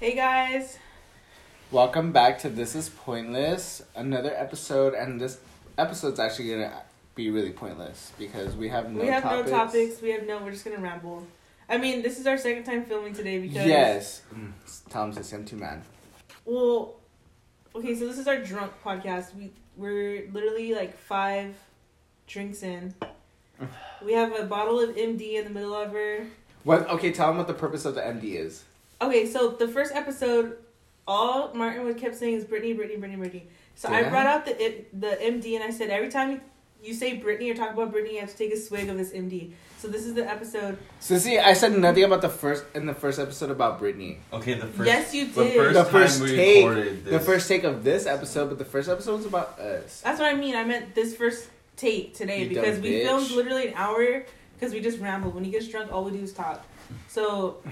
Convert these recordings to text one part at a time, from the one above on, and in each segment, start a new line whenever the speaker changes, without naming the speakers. Hey guys.
Welcome back to This Is Pointless, another episode, and this episode's actually gonna be really pointless because we have no
we have
topics.
no topics. We have no. We're just gonna ramble. I mean, this is our second time filming today because
Yes, Mm, Tom says I'm too mad.
Well, okay. So this is our drunk podcast. We we're literally like five drinks in. We have a bottle of MD in the middle of her.
What? Okay, tell him what the purpose of the MD is.
Okay, so the first episode, all Martin would kept saying is Brittany, Brittany, Brittany, Brittany. So I
Yeah.
brought out the it, the MD and I said every time you say Brittany or talk about Brittany, you have to take a swig of this MD. So this is the episode.
So see, I said nothing about the first in the first episode about Britney.
Okay, the first.
yes, you
the
did.
first-
the
time
first
we
take,
recorded
the
this.
first take of this episode, but the first episode was about us.
That's what I mean. I meant this first take today
You
because
dumb
we
bitch.
filmed literally an hour because we just rambled. When he gets drunk, all we do is talk. So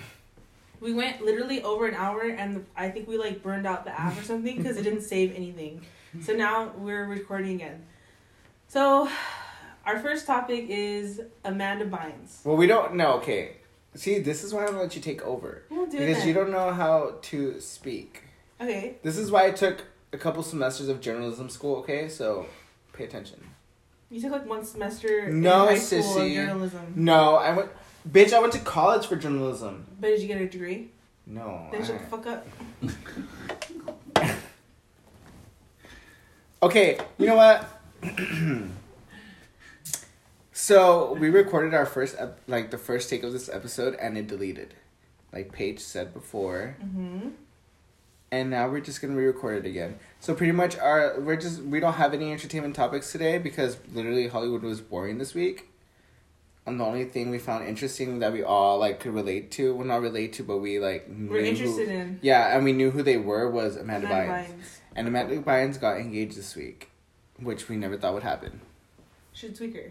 we went literally over an hour, and I think we like burned out the app or something because it didn't save anything. So now we're recording again. So our first topic is Amanda Bynes.
Well, we don't know. Okay, see, this is why I don't let you take over
We'll do
because
that.
you don't know how to speak.
okay.
This is why I took a couple semesters of journalism school, okay? So pay attention.
You took like one semester
No,
in high school
sissy.
of journalism.
No, I went bitch, I went to college for journalism.
But did you get a degree?
No.
Then shut the
I-
fuck up.
okay, you know what? so we recorded our first ep- like the first take of this episode and it deleted. Like Paige said before.
hmm
And now we're just gonna re-record it again. So pretty much our we're just we don't have any entertainment topics today because literally Hollywood was boring this week. And the only thing we found interesting that we all like could relate to, well not relate to, but we like
We're
knew who-
interested in
Yeah, and we knew who they were was Amanda
Amanda
Bynes.
Bynes.
And Amanda Bynes got engaged this week, which we never thought would happen.
Should tweak her.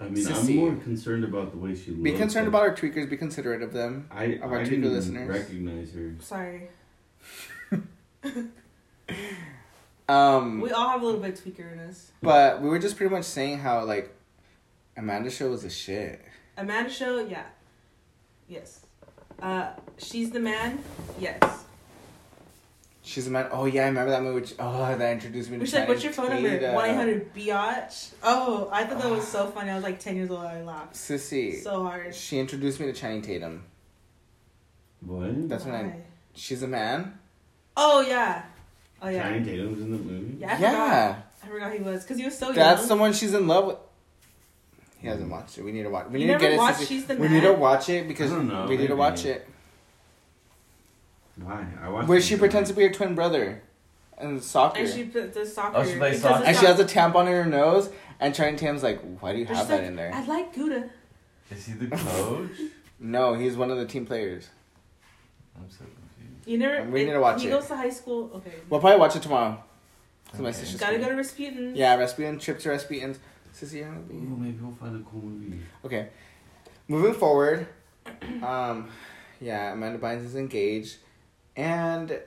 I mean,
Sissy.
I'm more concerned about the way she looks.
Be concerned about our tweakers, be considerate of them.
I,
of our
I
Twitter
didn't
listeners.
recognize her.
Sorry.
Um
We all have a little bit of tweaker in us.
but we were just pretty much saying how like Amanda's show was a shit.
Amanda Show, yeah. Yes. Uh, she's the man, yes.
She's a man. Oh yeah, I remember that movie. Which, oh, that introduced me to.
We're just like, what's your phone number?
Channing
1
Tatum.
800 Biatch. Oh, I thought that was so funny. I was like 10 years old. I laughed
Sissy.
so hard.
she introduced me to Channing Tatum.
What?
That's when I.
Why?
She's a man.
Oh, yeah. Oh, yeah.
Channing Tatum's in the movie.
Yeah, I forgot. Oh,
yeah,
I forgot he was because he was so
that's
young.
someone she's in love with. He hasn't watched it. We need to watch. We
You
need to
never
get it.
watched
Sissy.
She's the
we
Man?
need to watch it because
I
we
don't know,
need to
maybe.
watch it.
Why? I watched.
Where
it
she
tonight.
pretends to be her twin brother, and soccer,
And
and
she
she,
put the soccer.
Oh, she plays
because
soccer.
of
And
soc-
has a tampon in her nose, and Channing Tatum's like, "Why do you
But
have
she's
that
like,
in there?"
I like Gouda.
Is he the coach?
No, he's one of the team players.
I'm so confused.
You never.
We need to watch
he
it.
goes to high school. Okay.
We'll probably watch it tomorrow. So my
Okay.
sister's
Gotta
coming.
go to Rasputin.
Yeah, Rasputin, trip to Rasputin's. Sissy, I'm gonna be-
Ooh, maybe we'll find a cool movie.
Okay. Moving forward, um, yeah, Amanda Bynes is engaged, and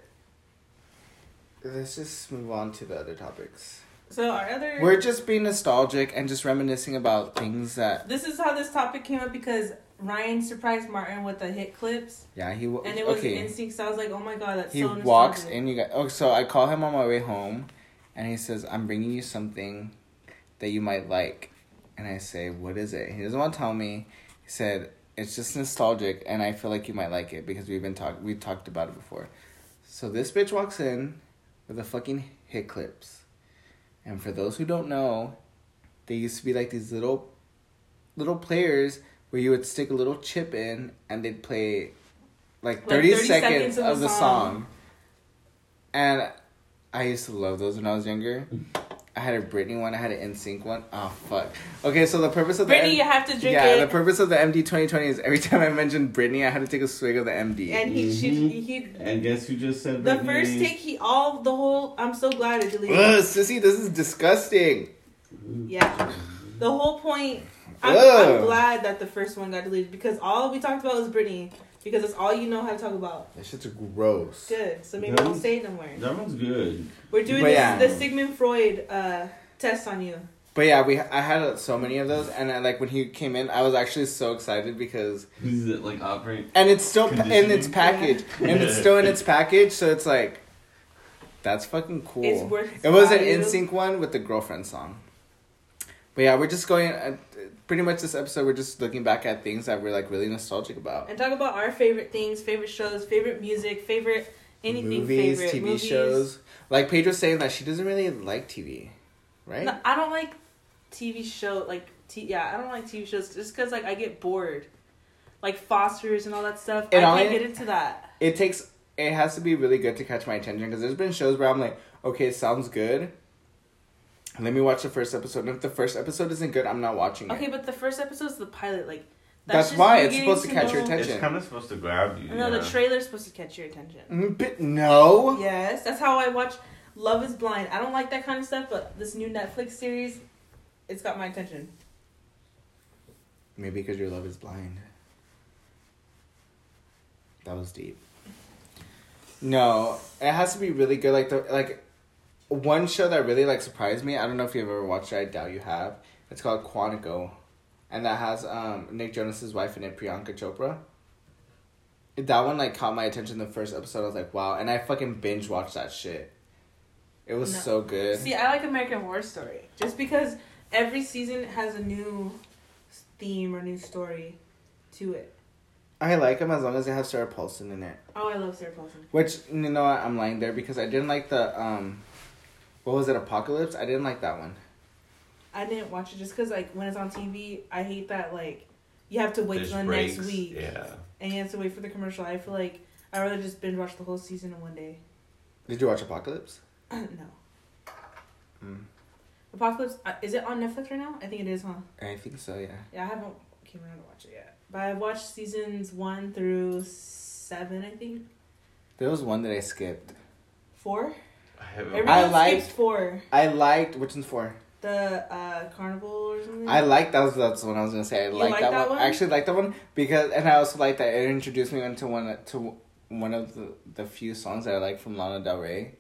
let's just move on to the other topics.
So our other.
We're just being nostalgic and just reminiscing about things that
This is how this topic came up because Ryan surprised Martin with the hit clips,
yeah he wa-
and it was
okay.
in sync. So I was like, "Oh my god, that's
he
so nostalgic."
walks in you guys oh so i call him on my way home and he says i'm bringing you something that you might like and i say what is it he doesn't want to tell me he said it's just nostalgic and i feel like you might like it because we've been talk we talked about it before so this bitch walks in with the fucking hit clips and for those who don't know they used to be like these little little players where you would stick a little chip in and they'd play like
Like
30,
30
seconds,
seconds
of, the song. And I used to love those when I was younger. I had a Britney one, I had an NSYNC one. Oh fuck. Okay, so the purpose of
Brittany,
the
you have to drink
Yeah, the
it.
purpose of the MD twenty twenty is every time I mentioned Britney I had to take a swig of the MD.
and he, she,
Mm-hmm.
Mhm.
he,
And guess who just said
the
Britney?
first take, he all the whole. I'm so glad it deleted.
Ugh, sissy, this is disgusting.
Ooh.
Yeah, the whole point. I'm, I'm
Ugh.
glad that the first one got deleted because all we talked about was Brittany because it's all you know how to talk about.
That shit's gross.
Good, so maybe
That
don't
was-
say it no more.
That one's good.
We're doing
But
this,
yeah.
the Sigmund Freud uh, test on you.
But yeah, we I had uh, so many of those, and I, like when he came in, I was actually so excited because,
Who's it like operate?
and it's still pa- in its
Conditioning?
package, and it's still in its package, so it's like, that's fucking cool.
It's worth its
It was an
value.
NSYNC one with the girlfriend song. But yeah, we're just going. Uh, pretty much this episode, we're just looking back at things that we're like really nostalgic about.
And talk about our favorite things, favorite shows, favorite music, favorite anything,
movies,
favorite
TV
movies.
shows. Like Paige was saying that she doesn't really like TV, right?
No, I don't like TV show like t- yeah, I don't like TV shows just because like I get bored, like Fosters and all that stuff.
And
I can't
I-
get into that.
It takes. It has to be really good to catch my attention because there's been shows where I'm like, okay, it sounds good. Let me watch the first episode. And if the first episode isn't good, I'm not watching
Okay,
it.
but the first episode's the pilot. Like
That's
just
why
you
it's
getting
supposed to catch your
know-
attention.
It's kind of supposed to grab you.
No,
yeah.
the trailer's supposed to catch your attention.
Mm, But no.
Yes, that's how I watch Love Is Blind. I don't like that kind of stuff, but this new Netflix series, it's got my attention.
Maybe because your love is blind. That was deep. No, it has to be really good. Like the like, one show that really like surprised me. I don't know if you've ever watched it. I doubt you have. It's called Quantico, and that has um Nick Jonas's wife in it, Priyanka Chopra. That one like caught my attention the first episode. I was like, wow, and I fucking binge watched that shit. It was
No.
so good.
See, I like American Horror Story just because every season has a new theme or new story to it.
I like them as long as they have Sarah Paulson in it.
Oh, I love Sarah Paulson.
Which you know what, I'm lying there because I didn't like the um, what was it? Apocalypse. I didn't like that one.
I didn't watch it just because like when it's on TV, I hate that like you have to wait
There's
till the
breaks.
next week
Yeah.
and you have to wait for the commercial. I feel like I rather just binge watch the whole season in one day.
Did you watch Apocalypse?
no,
Mm.
Apocalypse uh, is it on Netflix right now? I think it is, huh?
I think so. Yeah.
Yeah, I haven't came around to watch it yet, but I've watched seasons one through seven. I think
There was one that I skipped.
four.
I haven't.
Everyone
I
skips
like-
four.
I liked which one's for.
The uh, carnival or something.
I liked that was that's the one I was gonna say. I
You
Mm. liked
like
that,
that
one.
one?
I actually liked that one because, and I also liked that it introduced me into one to one of the the few songs that I like from Lana Del Rey,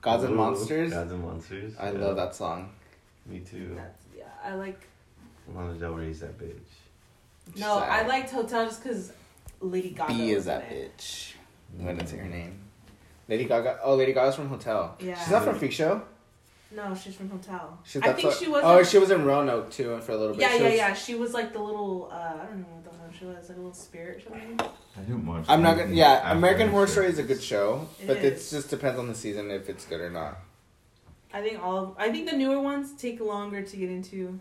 Gods and
Ooh,
Monsters.
Gods and Monsters.
I
yeah.
love that song.
Me too.
That's, yeah, I like.
Lana Del Rey's that bitch.
No,
She's
I
like,
liked Hotel just because Lady Gaga.
B is
was in
that
it.
bitch. I'm gonna say her name. Lady Gaga. Oh, Lady Gaga's from Hotel.
Yeah.
She's not from Freak Show.
No, she's from Hotel.
She,
I
that's
think
what-
she was.
Oh,
in-
she was in Roanoke too, and for a little bit.
yeah,
she
yeah,
was-
yeah. She was like the little. Uh, I don't know what the hell she was. Like a little spirit or something.
I didn't watch.
I'm not gonna.
anything
Yeah,
after
American
that
Horror
shit.
Story is a good show,
It
but it
is.
just depends on the season if it's good or not.
I think all. Of, I think the newer ones take longer to get into.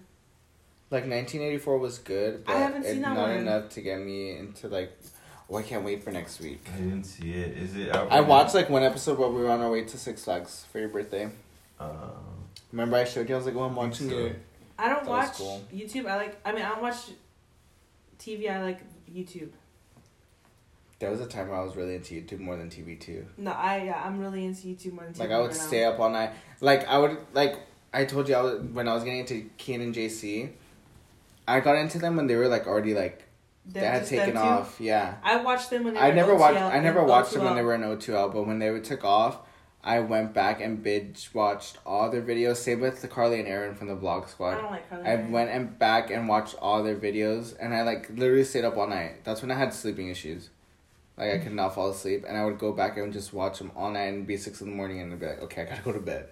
Like 1984 was good, but
I haven't
it's
seen that
not
one.
enough to get me into like. Oh, I can't wait for next week.
I didn't see it. Is it out?
I
right
watched like one episode while we were on our way to Six Flags for your birthday.
now? Uh,
Remember, I showed you. I was like, "Oh, I'm watching
so.
you."
I don't
That was
watch
cool.
YouTube. I like. I mean, I don't watch TV. I like YouTube.
There was a time where I was really into YouTube more than TV too.
No, I yeah, I'm really into YouTube more than TV.
Like I would
right now.
stay up all night. Like I would like I told you I was, when I was getting into Keen and JC, I got into them when they were like already like
Them-
they had
just them
taken
two.
off. Yeah,
I watched them when they
I
were
never watched.
OTL
I never
and
watched them when
O2L.
they were in O2L, but when they were took off, I went back and binge watched all their videos. Same with the Carly and Aaron from the Vlog
I
Squad.
don't like Carly.
I
Rae.
went and back and watched all their videos, and I like literally stayed up all night. That's when I had sleeping issues. Like I could not fall asleep, and I would go back and just watch them all night and be six in the morning, and I'd be like, okay, I gotta go to bed.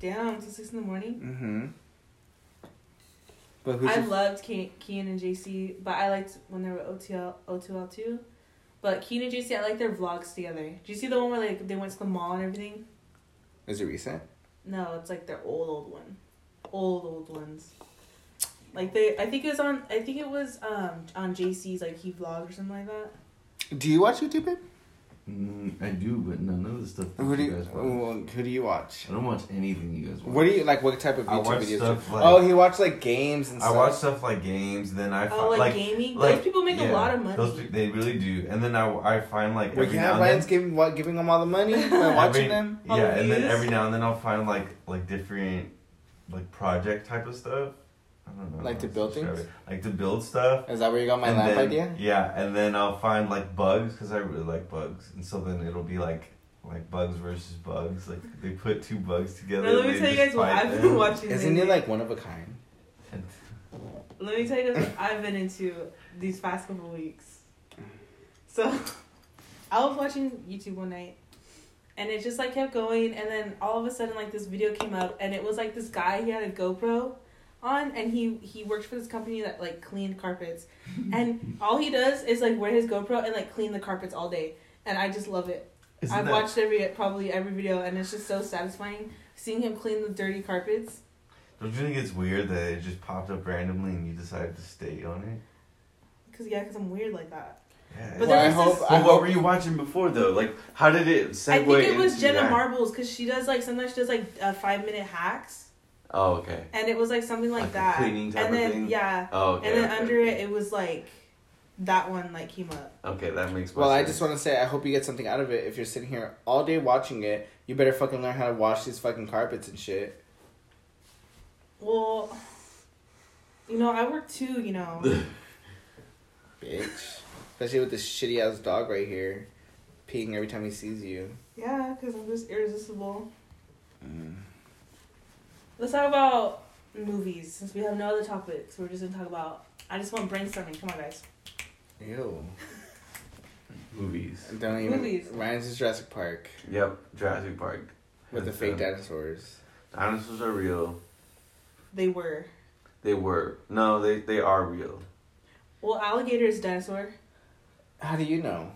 Damn, till six in the morning.
Mm-hmm. But who's
I
your-
loved Ke- Keenan and JC, but I liked when they were OTL O2L too. But Keenan and JC, I like their vlogs together. Do you see the one where like they went to the mall and everything?
is it recent?
No, it's like their old old one, old old ones. Like they, I think it was on. I think it was um on JC's like he vlogged or something like that.
Do you watch YouTube? Babe?
Mm, I do, but none of the stuff. that
Who do you,
guys watch.
well, who do you watch?
I don't watch anything you guys watch.
What do you like? What type of
I
YouTube
watch
videos?
stuff
do-
like-
oh, he watched like games and
I
stuff.
watch stuff like games, then I find
Oh, like,
like,
gaming.
like,
those people make
yeah,
a lot of money.
Those pe- they really do, and then I, I find like
We
every now
can't
and then,
Ryan's giving what giving them all the money by watching
Every-
them.
All
Yeah,
the
and then
views.
every now and then I'll find like like different like project type of stuff. I don't know.
Like to
how
build
describe
things?
it. Like to build stuff.
Is that where you got my
and
lamp
then-
idea?
Yeah, and then I'll find like bugs because I really like bugs, and so then it'll be like like Bugs versus Bugs. Like they put two bugs
Now,
together.
let me
they
tell you
just
guys what
fight
I've
them.
been watching.
Isn't it
lately.
like one of a kind?
And-
Let me tell you guys what I've been into these past couple weeks. So, I was watching YouTube one night, and it just like kept going, and then all of a sudden like this video came up, and it was like this guy he had a GoPro on, and he he worked for this company that like cleaned carpets, and all he does is like wear his GoPro and like clean the carpets all day, and I just love it.
Isn't
I've
that-
watched every probably every video, and it's just so satisfying seeing him clean the dirty carpets.
Don't you think it's weird that it just popped up randomly and you decided to stay on it?
Cause yeah, cause I'm weird like that.
Yeah.
But
well,
there
I
was
hope.
this-
I
But what were
hope
you watching before though? Like, how did it segue
I think it was
into
Jenna
that?
Marbles because she does like sometimes she does like uh, five minute hacks,
Oh, okay.
and it was like something like,
Like a
that.
cleaning type
and
of
then
thing?
yeah,
Oh, okay.
and then
okay.
under it, it was like that one like came up.
Okay, that makes.
Well,
more
I
sense.
just want to say I hope you get something out of it. If you're sitting here all day watching it, you better fucking learn how to wash these fucking carpets and shit.
Well, you know, I work too. You know,
Bitch. Especially with this shitty ass dog right here peeing every time he sees you.
yeah, because I'm just irresistible.
Mm.
Let's talk about movies since we have no other topics. We're just gonna talk about. I just want brainstorming. Come on, guys.
Ew.
movies.
Don't even.
Movies.
Ryan's is Jurassic Park
Yep, Jurassic Park.
with the
Hands
fake
down.
dinosaurs.
Dinosaurs are real.
They were.
They were. No, they they are real.
Well, alligator is dinosaur.
How do you know?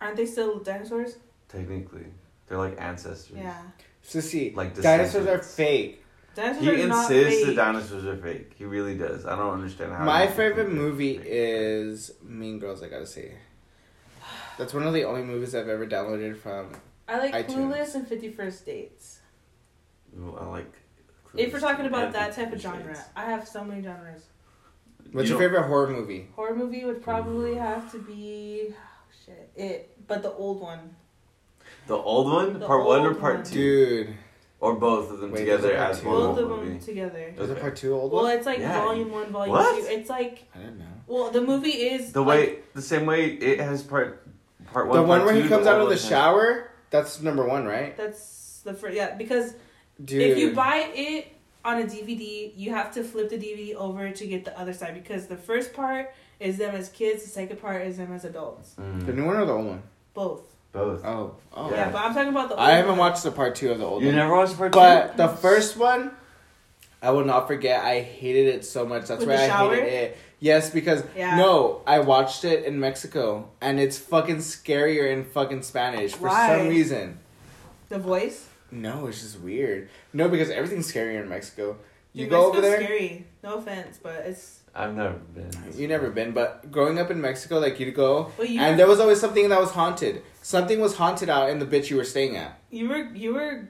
Aren't they still dinosaurs?
Technically, they're like ancestors.
Yeah.
So see,
Like
dinosaurs are
descendants.
fake.
Dinosaurs
He
are not
insists the
fake.
dinosaurs are fake. He really does. I don't understand how.
My
he can think
favorite
they're
movie
fake.
is Mean Girls. I gotta say, that's one of the only movies I've ever downloaded from.
I like
iTunes.
Clueless and Fifty First Dates.
Ooh, I like.
If we're talking about
Yeah,
that type of
it's-
genre, I have so many genres.
What's
You
your favorite horror movie?
Horror movie would probably have to be oh, shit. It, but the old one.
The old one,
The
part one, or
old
part
one.
two,
Dude,
or both of them
Wait,
together
there's a part
as
two.
one
Both
whole
of them
movie.
together.
was it
Okay.
part two old
Well,
one?
it's like
Yeah.
volume one, volume
What?
two. It's like
I don't know.
well, the movie is
The
like,
way, the same way it has part, part one.
the one
part
where
two,
he comes
the
out
old
of the
one has-
shower. That's number one, right?
That's the first. Yeah, because
Dude,
if you buy it on a DVD, you have to flip the DVD over to get the other side because the first part is them as kids, the second part is them as adults.
the
Mm,
new one or the old one?
Both.
both.
Oh, oh.
Yeah, but I'm talking about the. Old
I haven't
one.
watched the part two of the old
You
one.
never watched part two.
But the first one, I will not forget. I hated it so much. That's
With
why
the
I
shower?
hated it. Yes, because
Yeah.
no, I watched it in Mexico, and it's fucking scarier in fucking Spanish for
Why?
some reason.
The voice.
No, it's just weird. No, because everything's scarier in Mexico. You
Dude,
go over
Mexico's
there.
Scary. No offense, but it's.
I've never been.
You never been, but growing up in Mexico, like you'd go,
Well, you
and there was always something that was haunted. Something was haunted out in the bitch you were staying at.
you were you were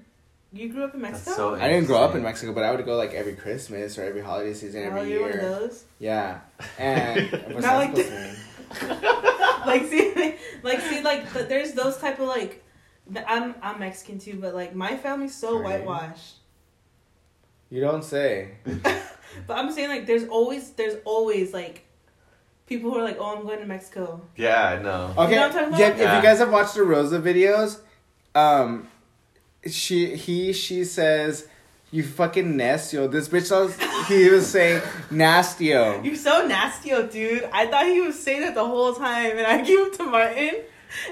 you grew up in
That's
Mexico.
so
I didn't grow up in
interesting.
Mexico, but I would go like every Christmas or every holiday season, every
oh,
year.
you're one of those.
Yeah, and what's
Not
that
like
supposed to mean?
Like see, like see, like th- there's those type of like. th- I'm I'm Mexican too, but like my family's so
Are you?
whitewashed.
you don't say.
But I'm saying like there's always there's always like people who are like, oh, I'm going to Mexico.
Yeah, I know.
Okay,
You know what I'm talking about?
yeah, If
Yeah.
you guys have watched the Rosa videos, um, she he she says, "You fucking nastyo." This bitch was he was saying nastyo.
You're so nasty, oh dude. I thought he was saying that the whole time, and I gave it to Martin,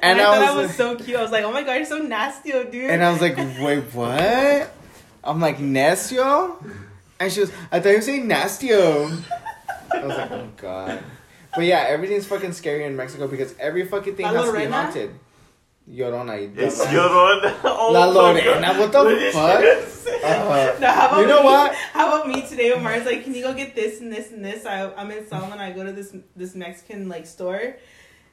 and,
And
I,
I
thought I
was-
was so cute. I was like, oh my god, you're so nasty, oh dude.
And I was like, wait, what? I'm like, Nestio? And she was, I thought you were saying Nastio. I was like, oh god. But yeah, everything's fucking scary in Mexico because every fucking thing
La
has to be
Lorena?
haunted. Yorona, you
It's
dumbass.
Llorona. Oh
La
my
Lorena,
God.
what the
did you
fuck?
just say?
Uh,
No, how about
You know
me?
what?
How about me today? When Mara's like, "Can you go get this and this and this?" I, I'm in Salman. I go to this this Mexican like store,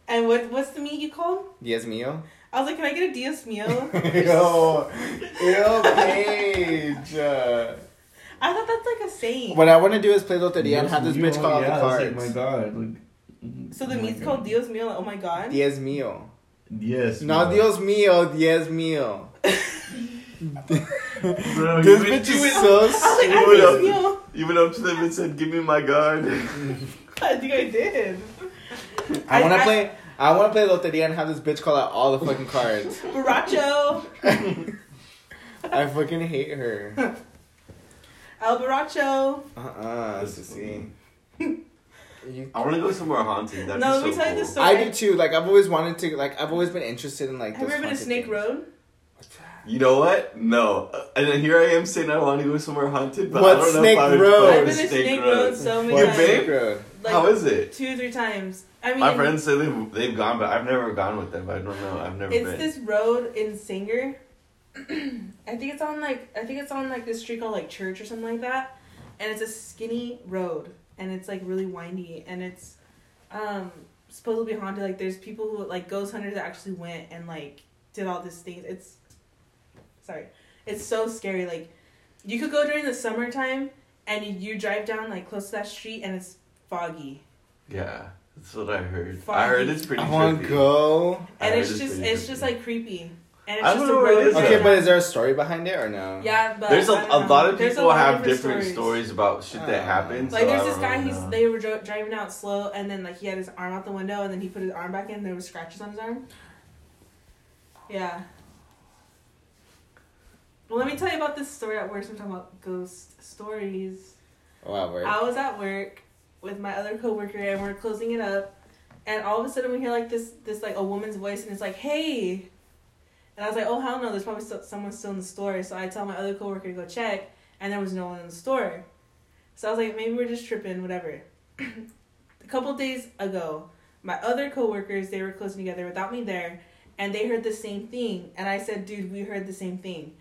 and what what's the meat you called?
Diez mío.
I was like, "Can I get a Dios
Ew.
mío?"
Ew, Paige. Uh,
I thought that's like a saying.
What I want to do is play Loteria and
Yes,
have this
you
bitch
are,
call out
yeah,
the
I was like,
cards.
my god. Like,
So the
oh my
meat's
God.
called Dios mío. Like, oh my god.
Diez mío.
Yes.
No,
bro.
Dios mío, Diez mío.
Oh,
Bro,
This
you went-
bitch
you
is
went-
so
I was like,
You
"Ah,
would
Dios
have-
mío.
You went up to them and said, "Give me my guard."
I think I did.
I want
I-
to play. I want to play Loteria and have this bitch call out all the fucking cards.
Baracho,
I fucking hate her. Uh
El Baracho.
uh
This is-
see. You,
I want to go somewhere haunted. That'd
No,
be so
let me tell you
cool.
this story.
I do too. Like I've always wanted to. Like I've always been interested in like.
Have you
those
ever been to
haunted
Snake
things.
Road?
You know what? No. Uh, And then here I am saying I want to go somewhere haunted, but I don't
What's
know
Snake
if I would
Road?
go
I've been to Snake Road so many
You
What's
been?
times.
Snake Road?
Like
How is it?
two or three times. I mean,
My friends say they've, they've gone, but I've never gone with them. I don't know. I've never
it's
been.
this road in Singer. I think it's on like I think it's on like this street called like Church or something like that, and it's a skinny road and it's like really windy and it's um supposed to be haunted. Like there's people who like ghost hunters that actually went and like did all these things. It's sorry, it's so scary. Like you could go during the summertime and you, you drive down like close to that street and it's foggy
yeah, that's what I heard.
Foggy.
I heard it's pretty
I want
trippy.
to go.
I
and
heard
it's just
pretty
it's just
trippy.
like creepy. And it's
I
just
don't
a
know where it
road
is
right
Okay,
now.
but is there a story behind it or no?
Yeah, but
There's a,
I don't
a
know.
lot of
There's a
people
lot of
have different stories. about shit
Oh.
that happens.
Like
so
there's
I
this
don't
guy
really
who's
know.
they were dri- driving out slow and then like he had his arm out the window and then he put his arm back in there was scratches on his arm. Yeah. Well, let me tell you about this story at work. So I'm talking about ghost stories.
Oh, Wow, word.
I was at work with my other coworker and we're closing it up, and all of a sudden we hear like this this like a woman's voice and it's like, "Hey," and I was like, "Oh hell no, there's probably still, someone still in the store." So I tell my other coworker to go check, and there was no one in the store. So I was like, maybe we're just tripping, whatever. a couple days ago, my other coworkers they were closing together without me there, and they heard the same thing, and I said, "Dude, we heard the same thing."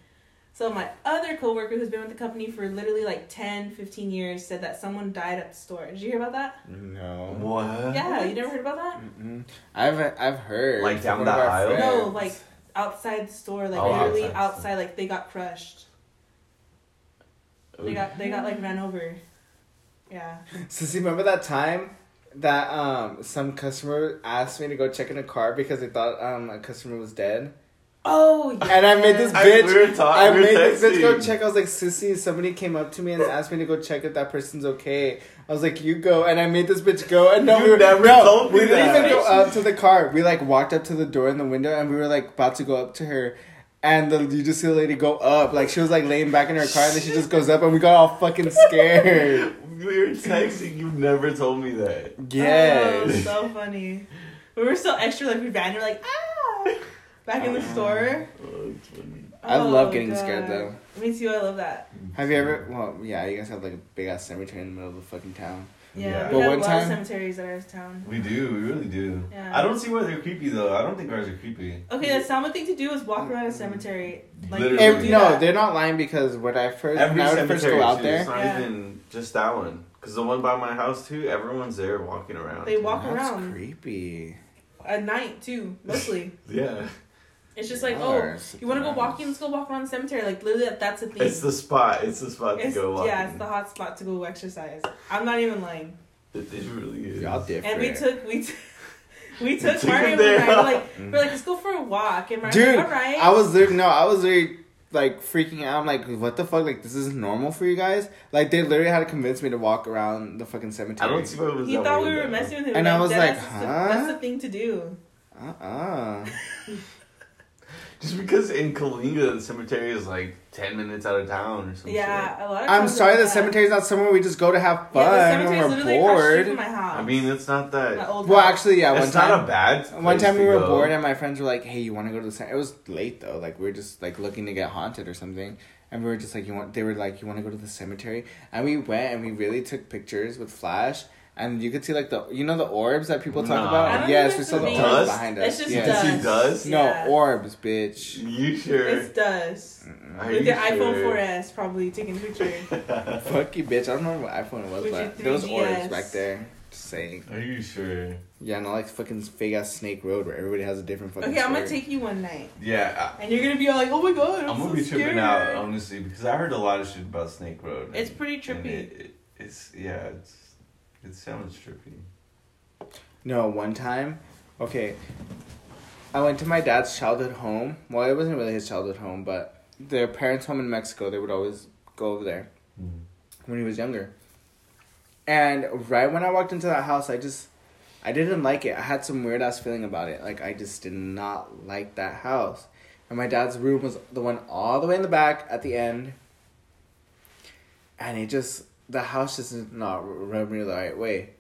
So my other coworker who's been with the company for literally like 10, 15 years said that someone died at the store. Did you hear about that?
No.
What?
Yeah, you never heard about that?
Mm-mm. I've I've heard
Like down
from
the
one of our
aisle?
friends.
No, like outside the store, like
Oh,
literally
outside
outside,
the store.
like they got crushed. They got they got like ran over. Yeah.
So see, remember that time that um some customer asked me to go check in a car because they thought um a customer was dead,
Oh yeah.
and I made this
I-
bitch.
we were talking.
I
we were
made this bitch go
texting.
check. I was like, "Sissy," somebody came up to me and asked me to go check if that person's okay. I was like, "You go," and I made this bitch go. And no,
You
we were,
never
no,
told
we
me
didn't
that.
even go up to the car. We like walked up to the door and the window, and we were like about to go up to her. And the, you just see the lady go up, like she was like laying back in her car, and then she just goes up, and we got all fucking scared.
We were texting. You've never told me that.
Oh,
Yes.
so funny. We were so extra like we ran, we are like, ah back in the store.
Oh, it's funny.
Uh, I love
Oh,
getting scared
God.
though.
Me too, I love that.
Have you ever? Well, yeah, you guys have like a big ass cemetery in the middle of the fucking town.
Yeah.
Yeah.
We
But
have
one
a lot
time-
of cemeteries at our town.
We do, we really do.
Yeah.
I don't see why they're creepy though. I don't think ours are creepy.
Okay, the Salma thing to do is walk around a cemetery. Like,
Literally.
people
Ev-
do
no,
that.
they're not lying because when I first
Every
when I would
cemetery
first go out
too.
there,
It's not
Yeah.
even just that one. Cause the one by my house too. Everyone's there walking around.
They walk
that's
around
creepy.
at night too, mostly.
Yeah.
It's just like, oh,
Ours,
you want to go
ours.
walking? Let's go walk around the cemetery. Like literally, that- that's a thing.
It's the spot. It's the spot
It's-
to go walking.
yeah, it's the hot spot to go exercise. I'm not even lying.
It, it really is.
Y'all
And
different.
we took we t- we
You
took
took
Mario
it there.
and I were like we're like let's go for a walk and Mario's
Mm. Dude,
like all right.
I was literally no, I was literally like freaking out. I'm like, what the fuck? Like this is normal for you guys? Like they literally had to convince me to walk around the fucking
I
cemetery.
don't see what it was.
he
that
thought we
weird,
were
though.
messing with him.
And I was like,
that's, the-
huh?
that's the thing to do.
Uh uh
Just because in Kalinga the cemetery is like ten minutes out of town or something.
Yeah, a lot of
I'm
times
sorry,
like
the
that.
cemetery's not somewhere we just go to have
Yeah,
fun
the
when
cemetery's
we're
literally across the street from
bored.
my house.
I mean, it's not
my
that.
old
Well,
house.
actually, yeah. One
it's not
time,
a bad.
One
place
time we
to
were
go.
bored and my friends were like, "Hey, you want to go to the cemetery?" It was late though. Like we were just like looking to get haunted or something, and we were just like, "You want?" They were like, "You want to go to the cemetery?" And we went and we really took pictures with flash, and you could see like the you know the orbs that people talk
Nah.
I
about.
don't think
Yes, we
that's
saw the
what it
orbs
means.
behind
That's
us.
just
yes.
dust. You see dust?
No
Yeah.
orbs, bitch.
You sure?
It's dust.
Are
With
you
your iPhone
sure?
4S, probably taking a picture.
Fuck you, bitch. I don't remember what iPhone it was,
With
but
your
there was orbs
3GS.
back there. Just saying.
Are you sure?
Yeah, not like fucking fake ass Snake Road where everybody has a different fucking.
Okay, I'm gonna
story.
take you one night,
Yeah,
and you're gonna be all like, "Oh my god,
I,
I'm,
I'm gonna
so
be
scared."
tripping out honestly because I heard a lot of shit about Snake Road.
It's pretty
and
trippy.
it- it- it's yeah, it's it sounds trippy.
No, one time, okay, I went to my dad's childhood home. Well, it wasn't really his childhood home, but their parents' home in Mexico. They would always go over there when he was younger. And right when I walked into that house, I just I didn't like it. I had some weird ass feeling about it. Like I just did not like that house. And my dad's room was the one all the way in the back at the end. And it just the house just did not rub me the right way.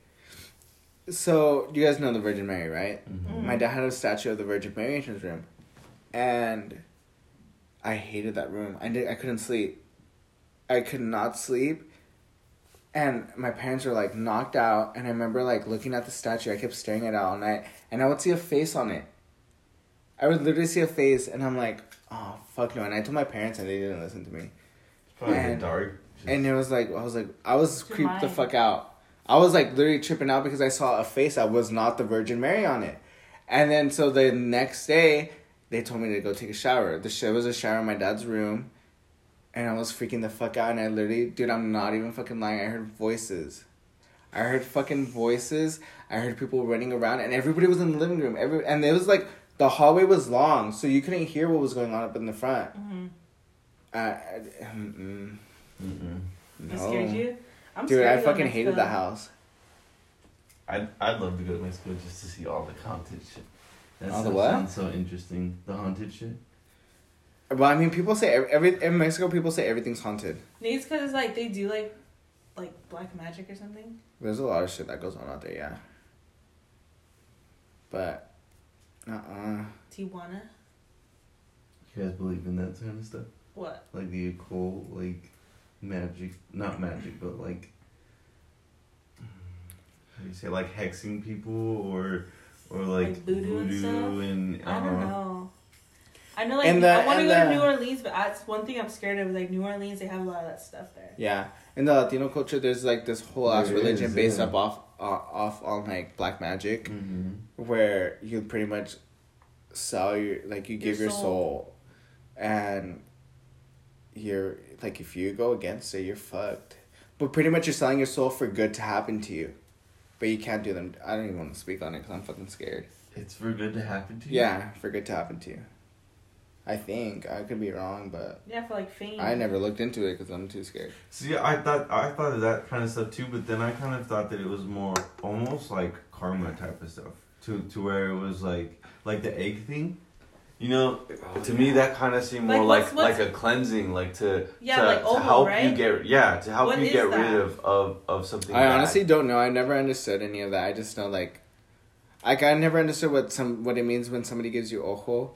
So you guys know the Virgin Mary, right? My dad had a statue of the Virgin Mary in his room, and I hated that room. I did. I couldn't sleep. I could not sleep, and my parents were like knocked out. And I remember like looking at the statue. I kept staring at it all night, and I would see a face on it. I would literally see a face, and I'm like, oh fuck no! And I told my parents, and they didn't listen to me.
Probably a bit
And-
dark.
And it was like I was like I was
Your
creeped the
mind.
fuck out. I was like literally tripping out because I saw a face that was not the Virgin Mary on it. And then so the next day they told me to go take a shower. The show was a shower in my dad's room and I was freaking the fuck out and I literally dude I'm not even fucking lying, I heard voices. I heard fucking voices. I heard people running around and everybody was in the living room. Every and it was like the hallway was long, so you couldn't hear what was going on up in the front.
Mhm.
Uh, I, mm-mm,
Mm-mm.
no.
It scared you? I'm
Dude,
scared
I
of
fucking hated
Mexico.
that house.
I'd, I'd love to go to Mexico just to see all the haunted shit. That
All the
stuff
what?
sounds so interesting. The haunted shit.
Well, I mean, people say ev- every in Mexico, people say everything's haunted.
Maybe it's because like they do like, like black magic or something.
There's a lot of shit that goes on out there, yeah. But, uh, uh
Tijuana.
You guys believe in that kind of stuff?
What?
Like the occult, like magic, not magic, but like how do you say, like hexing people or or like,
Like voodoo and stuff?
and
I don't
uh,
know. I know, like
And the-
I want to
and
go to
the-
New Orleans, but that's one thing I'm scared of. Is like New Orleans, they have a lot of that stuff there.
yeah. In the Latino culture, there's like this whole ass
There
religion
is,
based
yeah.
up off uh, off on like black magic,
mhm.
where you pretty much sell your like you
Your
give your
soul.
soul, and you're like if you go against it, you're fucked. But pretty much you're selling your soul for good to happen to you, but you can't do them. I don't even want to speak on it because I'm fucking scared.
It's for good to happen to you.
Yeah, for good to happen to you. I think I could be wrong, but
Yeah, for like fame.
I never looked into it because I'm too scared.
See, I thought I thought of that kind of stuff too, but then I kind of thought that it was more almost like karma type of stuff, to to where it was like like the egg thing, you know?
Oh,
to me, that kind of seemed more
Like,
like
what's-
like a cleansing, like to
Yeah,
to,
like
to
Omo,
help
right?
you get yeah to help
What
you
is
get
that?
rid of of, of something.
I
bad.
honestly don't know. I never understood any of that. I just know like, like I never understood what some what it means when somebody gives you ojo.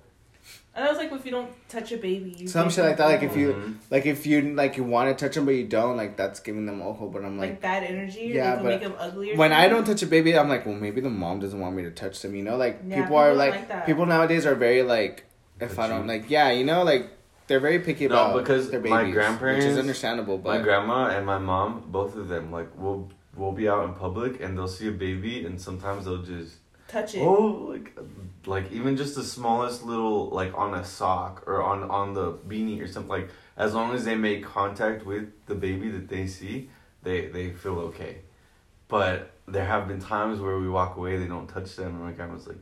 And that was like if you don't touch a baby. You
Some
get-
shit like that, like if you-
Mhm.
Like if you like you want to touch them but you don't, like that's giving them ojo. But I'm
like,
like,
bad energy.
Yeah,
Yeah, or like,
but
make them ugly. Or
when I
something.
don't touch a baby, I'm like, well, maybe the mom doesn't want me to touch them. You know, like
Yeah,
people,
people
are
don't
like,
like that.
people nowadays are very like, if
Touchy.
I don't like, yeah, you know, like they're very picky
No,
about
because
their
my
babies, which is
grandparents-
understandable. But
my grandma and my mom, both of them, like will will be out in public and they'll see a baby and sometimes they'll just
touch it.
oh like like even just the smallest little like on a sock or on on the beanie or something like as long as they make contact with the baby that they see they they feel okay but there have been times where we walk away they don't touch them and my grandma's like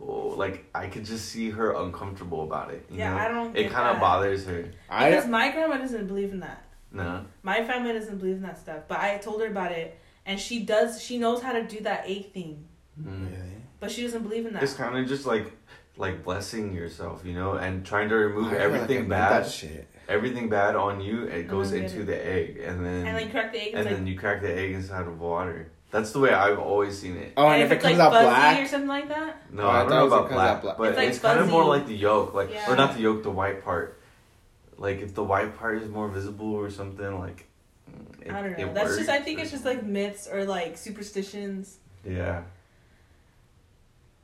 oh like i could just see her uncomfortable about it you
yeah,
know?
I don't.
it
get
kind of
that.
bothers her
I
because my grandma doesn't believe in that.
no
My family doesn't believe in that stuff. But I told her about it, and she does. She knows how to do that egg thing,
Mm.
but she doesn't believe in that.
it's kind of just like like blessing yourself you know and trying to remove
I feel like I
everything
need
bad
That shit.
everything bad on you it goes
then get
into
it.
the egg and then
and like crack the egg.
and
It's like,
then you crack the egg inside of water that's the way i've always seen it
Oh, and, if, it
it's
comes
like
out
fuzzy
black,
or something like that.
no
Oh, I
i don't
thought it
know
was
about
because
black,
of black.
but
It's
it's,
like
kind of more
fuzzy.
like the yolk like
Yeah.
or not the yolk the white part like if the white part is more visible or something like mm, it-
I don't
it
know. That's
works
just. I think
or
it's just
something.
like myths or like superstitions,
yeah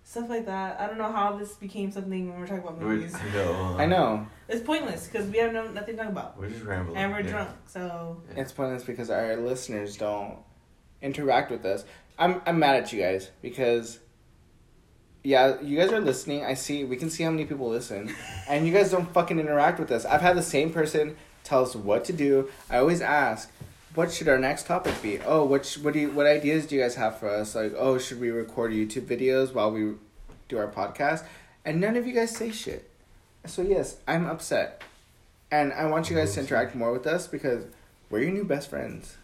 stuff like that. I don't know how this became something when we're talking about
we're,
movies.
no, uh,
I know
It's pointless because we have no nothing to talk about,
we're just rambling
and we're
yeah.
drunk. So
Yeah.
it's pointless because our listeners don't interact with us. I'm I'm mad at you guys because. Yeah, you guys are listening. I see. We can see how many people listen, and you guys don't fucking interact with us. I've had the same person tell us what to do. I always ask, "What should our next topic be?" Oh, what sh- what do you, what ideas do you guys have for us? Like, oh, should we record YouTube videos while we do our podcast? And none of you guys say shit. So yes, I'm upset, and I want you guys to interact more with us because we're your new best friends.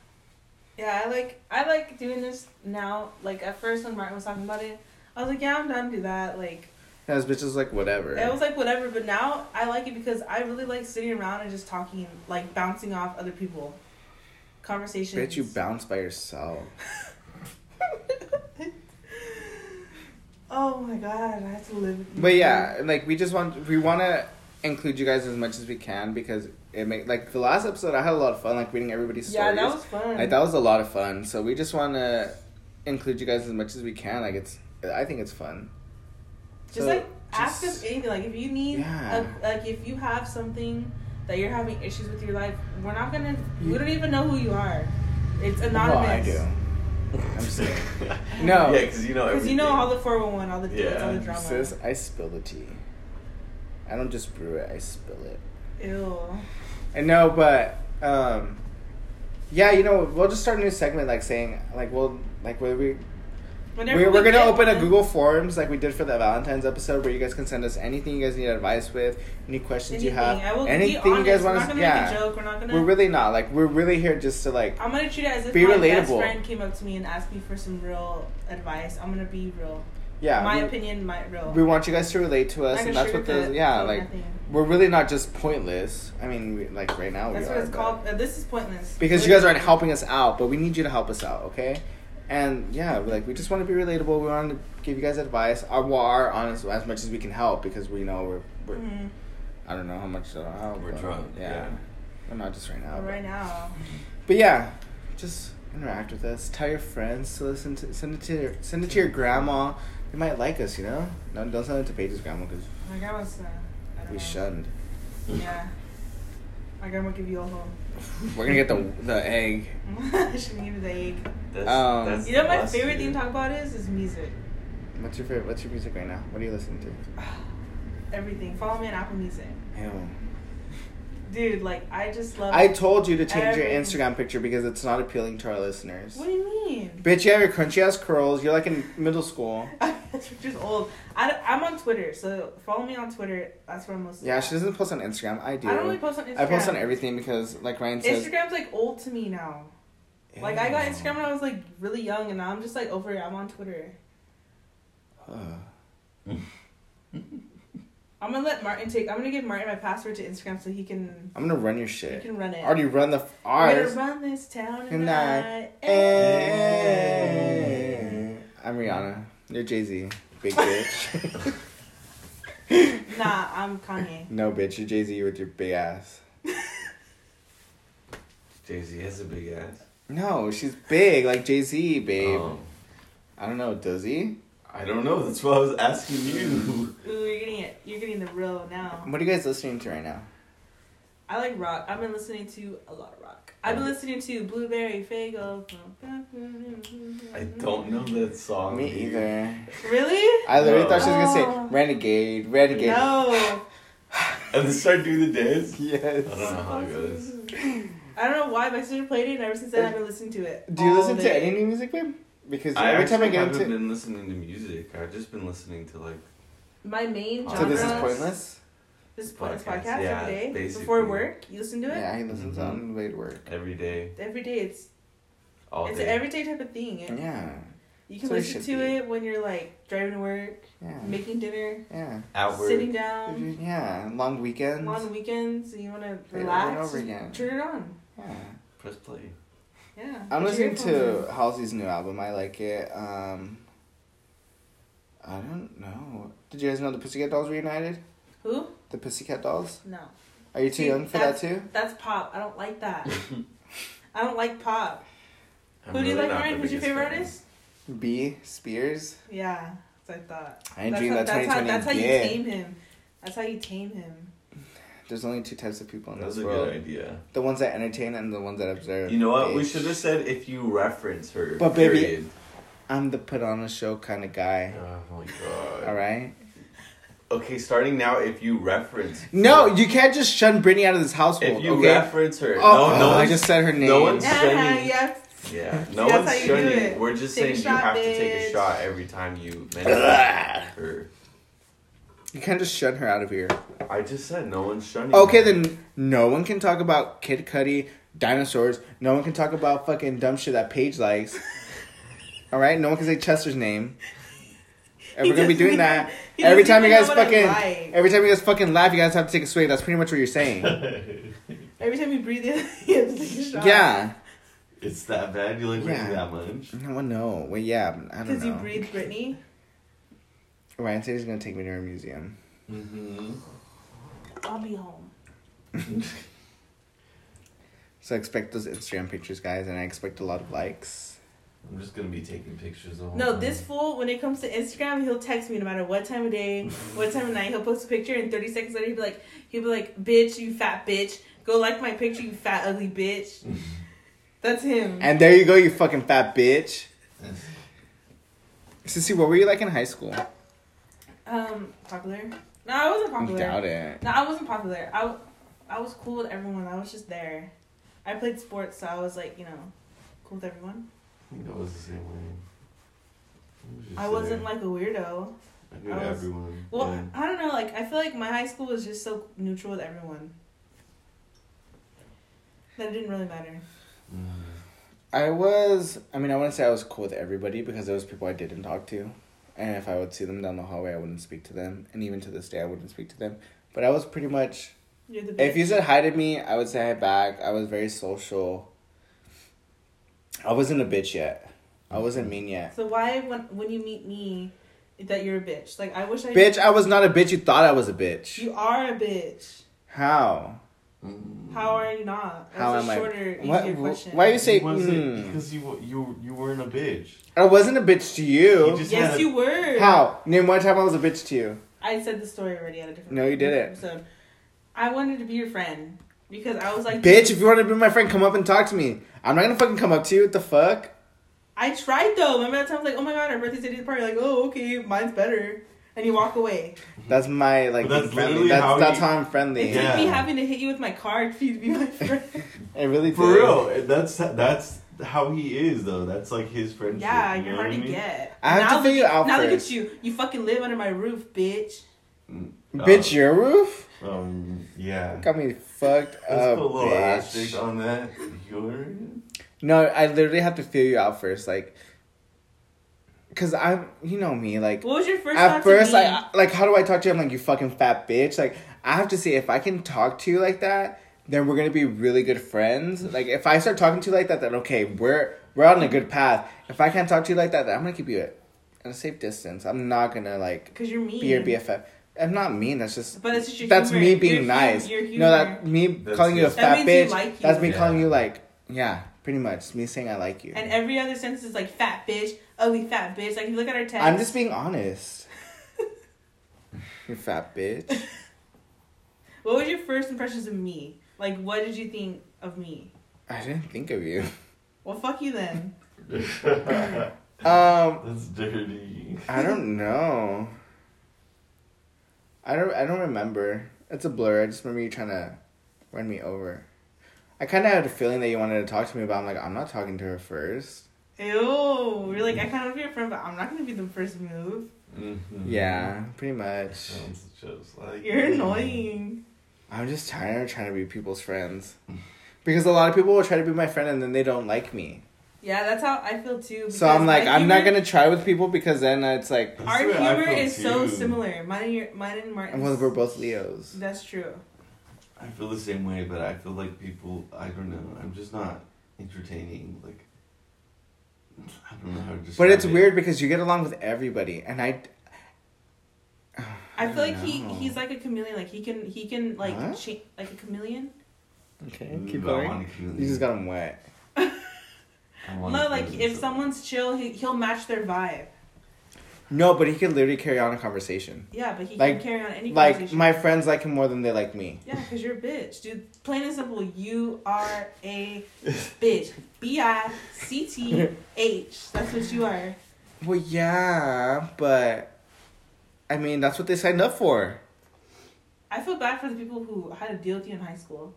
Yeah, I like I like doing this now. Like at first when Martin was talking about it, I was like, yeah, I'm done to do that. Like
Yeah, this bitch is like whatever.
it was like whatever, but now I like it because I really like sitting around and just talking, like bouncing off other people, conversations.
bitch, you bounce by yourself.
oh my god, I have to live. with
But
you.
yeah, like we just want we want to include you guys as much as we can because it make like the last episode I had a lot of fun like reading everybody's
yeah,
stories.
that was fun.
like that was a lot of fun. So we just want to include you guys as much as we can. Like it's I think it's fun.
just
so
like ask
just-
us anything. Like if you need,
Yeah.
a, like if you have something that you're having issues with your life, we're not gonna. We don't even know who you are. It's anonymous.
Well, I do. I'm saying.
Yeah,
No.
because you know
Because
everything.
you know all the 411, all the dates,
Yeah.
all the drama.
Sis, I spill the tea. I don't just brew it, I spill it.
Ew.
I know, but um, yeah, you know, we'll just start a new segment, like saying, like we'll, like whether we,
Whenever
we we're
we
gonna
get
open a
one-
Google Forms, like we did for the Valentine's episode, where you guys can send us anything you guys need advice with, any questions
Anything.
you have,
I will
anything
be honest.
you guys
we're
want
not
to,
gonna make a
yeah.
joke. We're not gonna.
We're really not like we're really here just to like
I'm gonna treat it as if
Be
my best
relatable.
friend came up to me and asked me for some real advice. I'm gonna be real.
yeah.
my
we-
opinion, my real.
we want you guys to relate to us,
Not
and
gonna
that's what
sugarcoat
the
it,
yeah
say
like
nothing.
we're really not just pointless. I mean, we, like right now
That's
we
what
are,
it's
but-
called. Uh, this is pointless.
because you guys aren't helping us out, but we need you to help us out, okay? And yeah, we're like we just want to be relatable. We want to give you guys advice, our well, our honest as much as we can help because we know we're, we're
Mhm.
I don't know how much uh, how,
Oh, We're
but,
drunk.
Yeah,
Yeah.
we're not just right now. but-
Right now.
But yeah, just interact with us. Tell your friends to listen to send it to your, send it to your grandma. They might like us, you know. No, don't send it to Paige's grandma because
My grandma's. Uh, I don't
we
know.
shunned.
Yeah. My grandma give you all
We're gonna get the the egg.
home. she give you the egg.
That's,
Um,
that's
You know my
us,
favorite thing
dude.
to talk about is is music.
What's your favorite? What's your music right now? What are you listening to?
Everything. Follow me on Apple Music.
Ew.
Dude, like I just love
I told you to change your
Everything.
Instagram picture because it's not appealing to our listeners.
What do you mean?
Bitch, you have your crunchy ass curls. You're like in middle school.
That's just old. I, am on Twitter, so follow me on Twitter. That's where I'm most.
Yeah, she doesn't post on Instagram. I do.
I don't really post on Instagram.
I post on everything because, like Ryan says,
Instagram's like old to me now. Like I got
Ew.
Instagram when I was like really young, and now I'm just like over it. I'm on Twitter.
Ugh.
I'm gonna let Martin take. I'm gonna give Martin my password to Instagram so he can
I'm gonna run your
he
shit.
can run it.
I already run the f-
I'm gonna
ours.
run this town
Good
tonight.
Hey. Eh. I'm Rihanna. You're Jay Z. Big bitch.
Nah, I'm Kanye.
no, bitch. You're Jay Z with your big ass.
Jay Z has a big ass.
No, she's big like Jay Z, babe.
Um,
I don't know. Does he?
I don't know. That's why I was asking you.
Ooh, you're getting it. You're getting the real now.
What are you guys listening to right now?
I like rock. I've been listening to a lot of rock. I've been listening to Blueberry Fago.
I don't know that song.
Me
dude.
either.
Really?
I literally
No.
thought she was
Oh.
gonna say renegade, renegade.
No.
And then start doing the dance.
Yes.
I don't know how it goes.
I don't know why my sister played it, and ever since then I've been listening to it.
Do you
all
listen to
day.
any new music, babe? Because
I
every time I
actually
get
haven't
into
been listening to music. I've just been listening to like
My main genre.
so this is
genres?
pointless.
This is pointless
Podcast,
podcast,
yeah,
every day
basically.
before work. You listen to it
Yeah, he listens
Mhm.
mm-hmm.
on the way to work.
every day,
every day. It's
all
it's
day.
an everyday type of thing.
Yeah,
You can
So it
listen
should
to
be.
it when you're like driving to work,
yeah,
making dinner,
yeah,
Outward.
sitting down,
yeah. Long weekends.
um, long weekends, and you want to
Play it over and
relax.
over again.
Turn it on.
yeah.
Press play.
Yeah.
I'm
Put your
listening
earphones
to Halsey's new album. I like it. Um, I don't know. Did you guys know the Pussycat Dolls reunited?
in. Who?
The Pussycat Dolls.
No.
Are you too
See,
young for that too?
That's pop. I don't like that. I don't like pop.
I'm
Who do you
really
like,
not the
Ryan? Who's your
biggest
favorite
fan.
artist?
B Spears.
Yeah. That's what I thought.
I ain't
that's
dream
how,
that
that's how,
2020
that's how you
again.
tame him. That's how you tame him.
There's only two types of people in
That was
this
a
world:
good idea.
the ones that entertain and the ones that observe.
You know what? We
bitch.
should have said if you reference her.
But baby-
period.
I'm the put on a show kind of guy.
Oh my god.
All right.
Okay, starting now, if you reference.
No, you can't just shun Brittany out of this household.
If you
okay.
reference her,
oh,
no, no.
I
one's-
just said her name.
no one's- Shunning.
yeah.
Yeah, no
That's how
one's
you do
shunning.
it.
We're just saying
Take a
you
shot,
have to take a
bitch.
shot every time you mention her.
You can't just shun her out of here.
I just said no one's shunning.
Okay,
her.
then no one can talk about Kid Cudi. dinosaurs. No one can talk about fucking dumb shit that Paige likes. All right, no one can say Chester's name. And
He
we're gonna be
doesn't
doing
even-
that
he
every
doesn't
time you
even
guys
know what I
fucking.
like.
Every time you guys fucking laugh, you guys have to take a swig. That's pretty much what you're saying.
Every time you breathe in, you have to take a shot.
yeah.
It's that bad. You like
Yeah.
drinking that much?
No one know. Well, yeah. but I don't
Because
know.
you breathe, Brittany.
Ryan said he's gonna take me to a museum.
Mm-hmm.
I'll be home.
So expect those Instagram pictures, guys, and I expect a lot of likes.
I'm just gonna be taking pictures the whole
No,
time.
this fool, when it comes to Instagram, he'll text me no matter what time of day, what time of night. He'll post a picture, and 30 seconds later, he'll be like, he'll be like, bitch, you fat bitch. Go like my picture, you fat ugly bitch. That's him.
And there you go, you fucking fat bitch. Sissy, what were you like in high school?
Um, popular? No, I wasn't
I
popular.
doubt it.
No, I wasn't popular. I, w- I was cool with everyone. I was just there. I played sports, so I was like, you know, cool with everyone.
I think I was the same way. was just
I wasn't
there.
like a weirdo.
I knew
I was-
everyone.
Well,
yeah.
I don't know. Like, I feel like my high school was just so neutral with everyone that it didn't really matter.
Mm.
I was, I mean, I wouldn't say I was cool with everybody because there was people I didn't talk to. And if I would see them down the hallway, I wouldn't speak to them. And even to this day, I wouldn't speak to them. But I was pretty much,
You're the
if you said hi to me, I would say hi back. I was very social. I wasn't a bitch yet. I wasn't mean yet.
so why when when you meet me that you're a bitch? Like, I wish I
Bitch, I was not a bitch. You thought I was a bitch.
You are a bitch.
How?
Mm.
How are you not? That's
How
a
am I-
shorter,
What,
easier
wh-
question.
why you say?
Was it
Mm.
because you were- you you weren't a bitch?
I wasn't a bitch to
You
you.
just-
Yes, you were.
How? Name one time I was a bitch to you.
I said the story already at a different.
No, you didn't.
Episode. I wanted to be your friend because I was like,
Bitch, if you want to be my friend, come up and talk to me. I'm not gonna fucking come up to you. What the fuck?
Mm-hmm.
I tried though. Remember that time? I was like, oh my god, our birthday's at the party. Like, oh okay, mine's better. And you walk away.
That's my like.
But that's
being friendly.
literally
That's
how
that's
you-
how I'm friendly.
It
Yeah.
took me having to hit you with my car for you to be my friend.
It really did.
For real, that's that's how he is though. That's like his friendship.
yeah,
you
you're
know
hard
what I
to
mean?
get.
I have to
look
figure
at-
out
Now look
first.
at you. You fucking live under my roof, bitch.
Oh.
Bitch, your roof
Um, yeah.
got me fucked
Let's
up.
put a little
bitch.
asterisk on that. Your
No, I literally have to feel you out first, like, cause I'm, you know me, like.
What was your first?
At
thought
first,
to me?
like, I- uh, like, how do I talk to you? I'm like, you fucking fat bitch. Like, I have to say, if I can talk to you like that, then we're gonna be really good friends. Like, if I start talking to you like that, then okay, we're we're on a good path. If I can't talk to you like that, then I'm gonna keep you at, at a safe distance. I'm not gonna like
because you're mean.
be your BFF. I'm not mean. That's just
But it's just your
that's
humor.
me being
Your hum-
nice.
your
no, that
humor.
me
That's
calling you a
it.
That
fat
means
bitch.
you like
That's me
humor.
calling
Yeah.
you like yeah, pretty much. It's me saying I like you.
And every other sentence is like fat bitch, ugly fat bitch. Like if you look at our text.
I'm just being honest. you fat bitch.
What was your first impressions of me? Like, what did you think of me?
I didn't think of you.
Well, fuck you then.
that's
Um,
dirty.
I don't know. I don't. I don't remember. It's a blur. I just remember you trying to run me over. I kind of had a feeling that you wanted to talk to me, but I'm like, I'm not talking to her first.
Ew. You're like, I kind of be your friend, but I'm not gonna be the first move.
Mm-hmm.
Yeah, pretty much.
Sounds just like
You're
you.
annoying.
I'm just tired of trying to be people's friends, because a lot of people will try to be my friend and then they don't like me.
Yeah, that's how I feel too.
So I'm
because
like,
my
I'm not
humor-
gonna try with people because then it's like,
That's
Our
the way I
humor
felt
is so
too.
similar. Mine and your, mine and Martin's.
well, we're both Leos.
That's true.
I feel the same way, but I feel like people. I don't know. I'm just not entertaining. Like I don't know how to
But
describe
it's
it.
weird because you get along with everybody, and I
I feel like he
No.
he's like a chameleon. Like he can he can like
What?
cha- like a chameleon.
okay
Ooh,
keep
I
going.
wanna kill
You just got them wet.
I wanna
No,
kill
like
you
if
so
someone's chill, he, he'll match their vibe.
No, but he could literally carry on a conversation.
Yeah, but he
Like-
can carry on any
Like
conversation.
my friends like him more than they like me.
Yeah, because you're a bitch, dude. Plain and simple, you are a bitch. B I C T H. That's what you are.
Well, yeah, but I mean that's what they signed up for.
I feel bad for the people who had to deal with you in high school.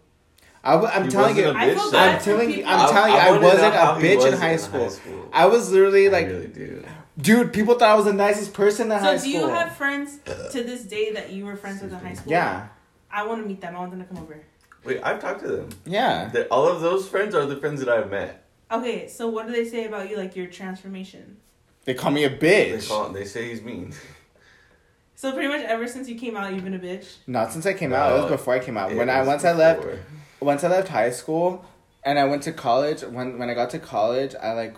I w- I'm
He
telling you,
wasn't a
I
bitch,
feel
though.
bad
I'm
for
telling you,
people.
I'm
I-
telling you,
I
I
wanna
wasn't
know
a
how he
bitch
was
in high school.
school.
I was literally like,
I really do.
dude, people thought I was the nicest person in
so
high
do
school.
you have friends to this day that you were friends with in high school?
Yeah,
I want to meet them. I want them to come over.
Wait, I've talked to them.
Yeah.
They- all of those friends are the friends that I've met.
Okay, so what do they say about you, like your transformation?
They call me a
They
bitch.
call. They say he's mean.
So pretty much ever since you came out, you've been a bitch.
Not since I came out. It was
No,
before I came out.
It
Uh, When I
was
once I left
before.
once I left high school and I went to college, when when I got to college, I like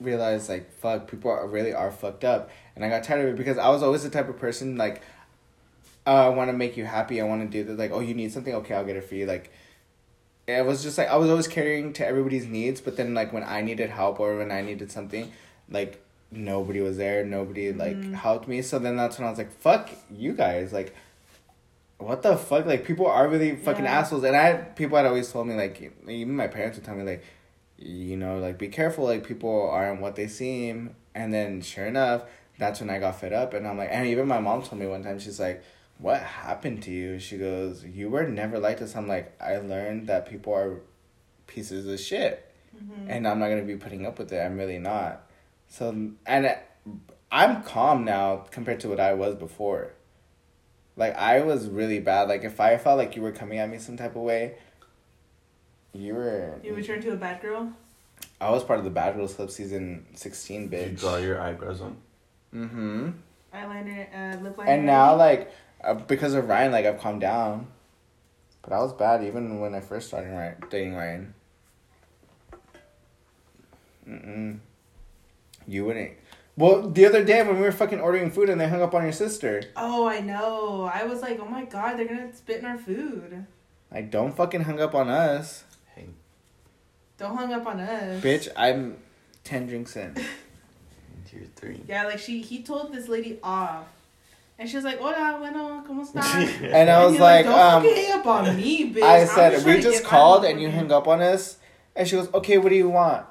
realized like fuck, people are, really are fucked up, and I got tired of it because I was always the type of person like, uh, I want to make you happy. I want to do that. Like, oh, you need something? Okay, I'll get it for you. Like. It was just like I was always catering to everybody's needs, but then like when I needed help or when I needed something, like nobody was there, nobody like helped me. So then that's when I was like, "Fuck you guys!" Like, what the fuck? Like people are really fucking
Yeah.
assholes. And I people had always told me like even my parents would tell me like, you know, like be careful. Like people aren't what they seem. And then sure enough, that's when I got fed up. And I'm like, and even my mom told me one time, she's like, "What happened to you?" She goes, "You were never like this." I'm like, I learned that people are pieces of shit and I'm not gonna be putting up with it. I'm really not. So and I- I'm calm now compared to what I was before. Like I was really bad. Like if I felt like you were coming at me some type of way, you were.
You returned to a bad girl.
I was part of the Bad Girl Slip season sixteen,
You
bitch.
draw your eyebrows on.
Mm-hmm.
Eyeliner, uh, lip liner.
And now like uh, because of Ryan, like I've calmed down. But I was bad even when I first started Ryan, dating Ryan. Mm-mm. You wouldn't. Well, the other day when we were fucking ordering food and they hung up on your sister,
Oh, I know. I was like, oh my god, they're gonna spit in our food.
like don't fucking hung up on us,
Hey,
Don't hung up on us,
bitch. I'm ten drinks in.
tier three.
Yeah, like she, he told this lady off, and she was like, "Hola, bueno, cómo está?"
And I was
he's
like,
"Don't
um,
fucking hang up on me, bitch."
I
I'm
said
trying
we
to
just
get my
called
money."
and you hung up on us, and she goes, okay, what do you want?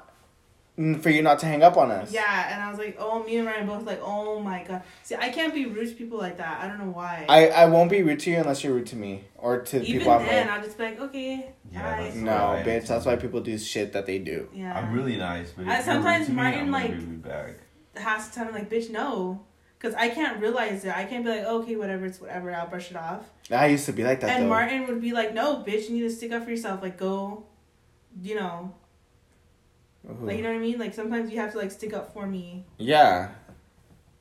Mm, For you not to hang up on us.
Yeah, and I was like, "Oh, me and Ryan both like, oh my god." See, I can't be rude to people like that. I don't know why.
I, I won't be rude to you unless you're rude to me or to the
Even
people I'm
then,
with.
I'll just be like, "Okay,
Yeah,
bye."
that's
No,
Right.
bitch, that's why people do shit that they do.
yeah.
I'm really nice, but
I-
if you're
Uh,
rude
sometimes
to me,
Martin,
I'm gonna
like-
be rude back.
has to tell me like, bitch, no. Cause I can't realize it. I can't be like, okay, whatever, it's whatever. I'll brush it off.
I used to be like that
and
though.
Martin would be like, no, bitch, you need to stick up for yourself. Like, go, you know,
Ooh.
like you know what I mean. Like sometimes you have to like stick up for me.
Yeah.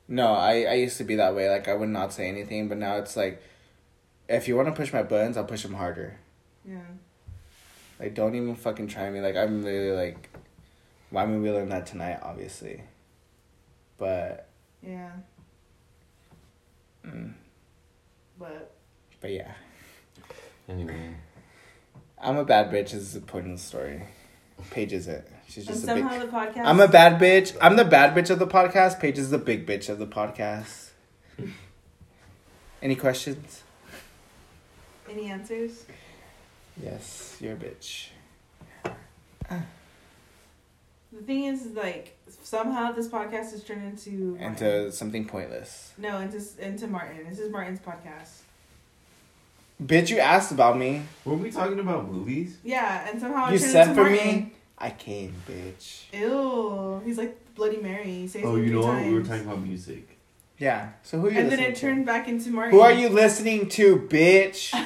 No, I, I used to be that way. Like, I would not say anything, but now it's like, if you want to push my buttons, I'll push them harder.
Yeah.
Like, don't even fucking try me. Like, I'm really like, well, I mean, we learned that tonight, obviously. But,
Yeah.
mm,
But
but yeah.
Anyway,
I'm a bad bitch is the point of the story. Paige isn't. She's
and
just a
somehow
bitch.
the podcast.
I'm a bad bitch. I'm the bad bitch of the podcast. Paige is the big bitch of the podcast. Any questions?
Any answers?
Yes, you're a bitch.
The thing is, is, like somehow this podcast has turned into Martin.
Into something pointless.
no into into Martin. This is Martin's podcast.
Bitch, you asked about me.
Were we talking about movies?
Yeah, and somehow Oh, it
you
turned
sent
into
for
Martin.
me. I came, bitch.
Ew. He's like Bloody Mary. He says
Oh,
it
you
three
know what?
times.
We were talking about music.
Yeah. So who are you
And then
listening
it turned back into
to?
Martin.
Who are you listening to, bitch?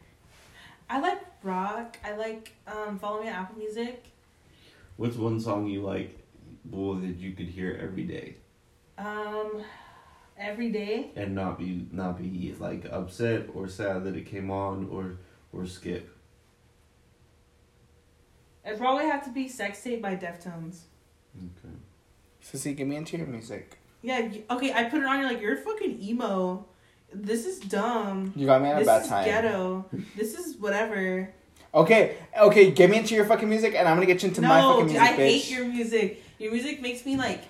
I like rock. I like um, follow me on Apple Music.
What's one song you like? Well, that you could hear every day
Um, every day.
and not be not be like upset or sad that it came on or or skip.
It probably have to be "Sex Tape" by Deftones.
Okay.
Sissy, give me into your music.
Yeah. y- Okay. I put it on. You're like, you're fucking emo. This is dumb.
You got me at a
This
bad
is
time.
ghetto. This is whatever.
Okay, okay, get me into your fucking music and I'm gonna get you into my
no,
fucking
dude,
music,
I
bitch.
hate your music. Your music makes me like.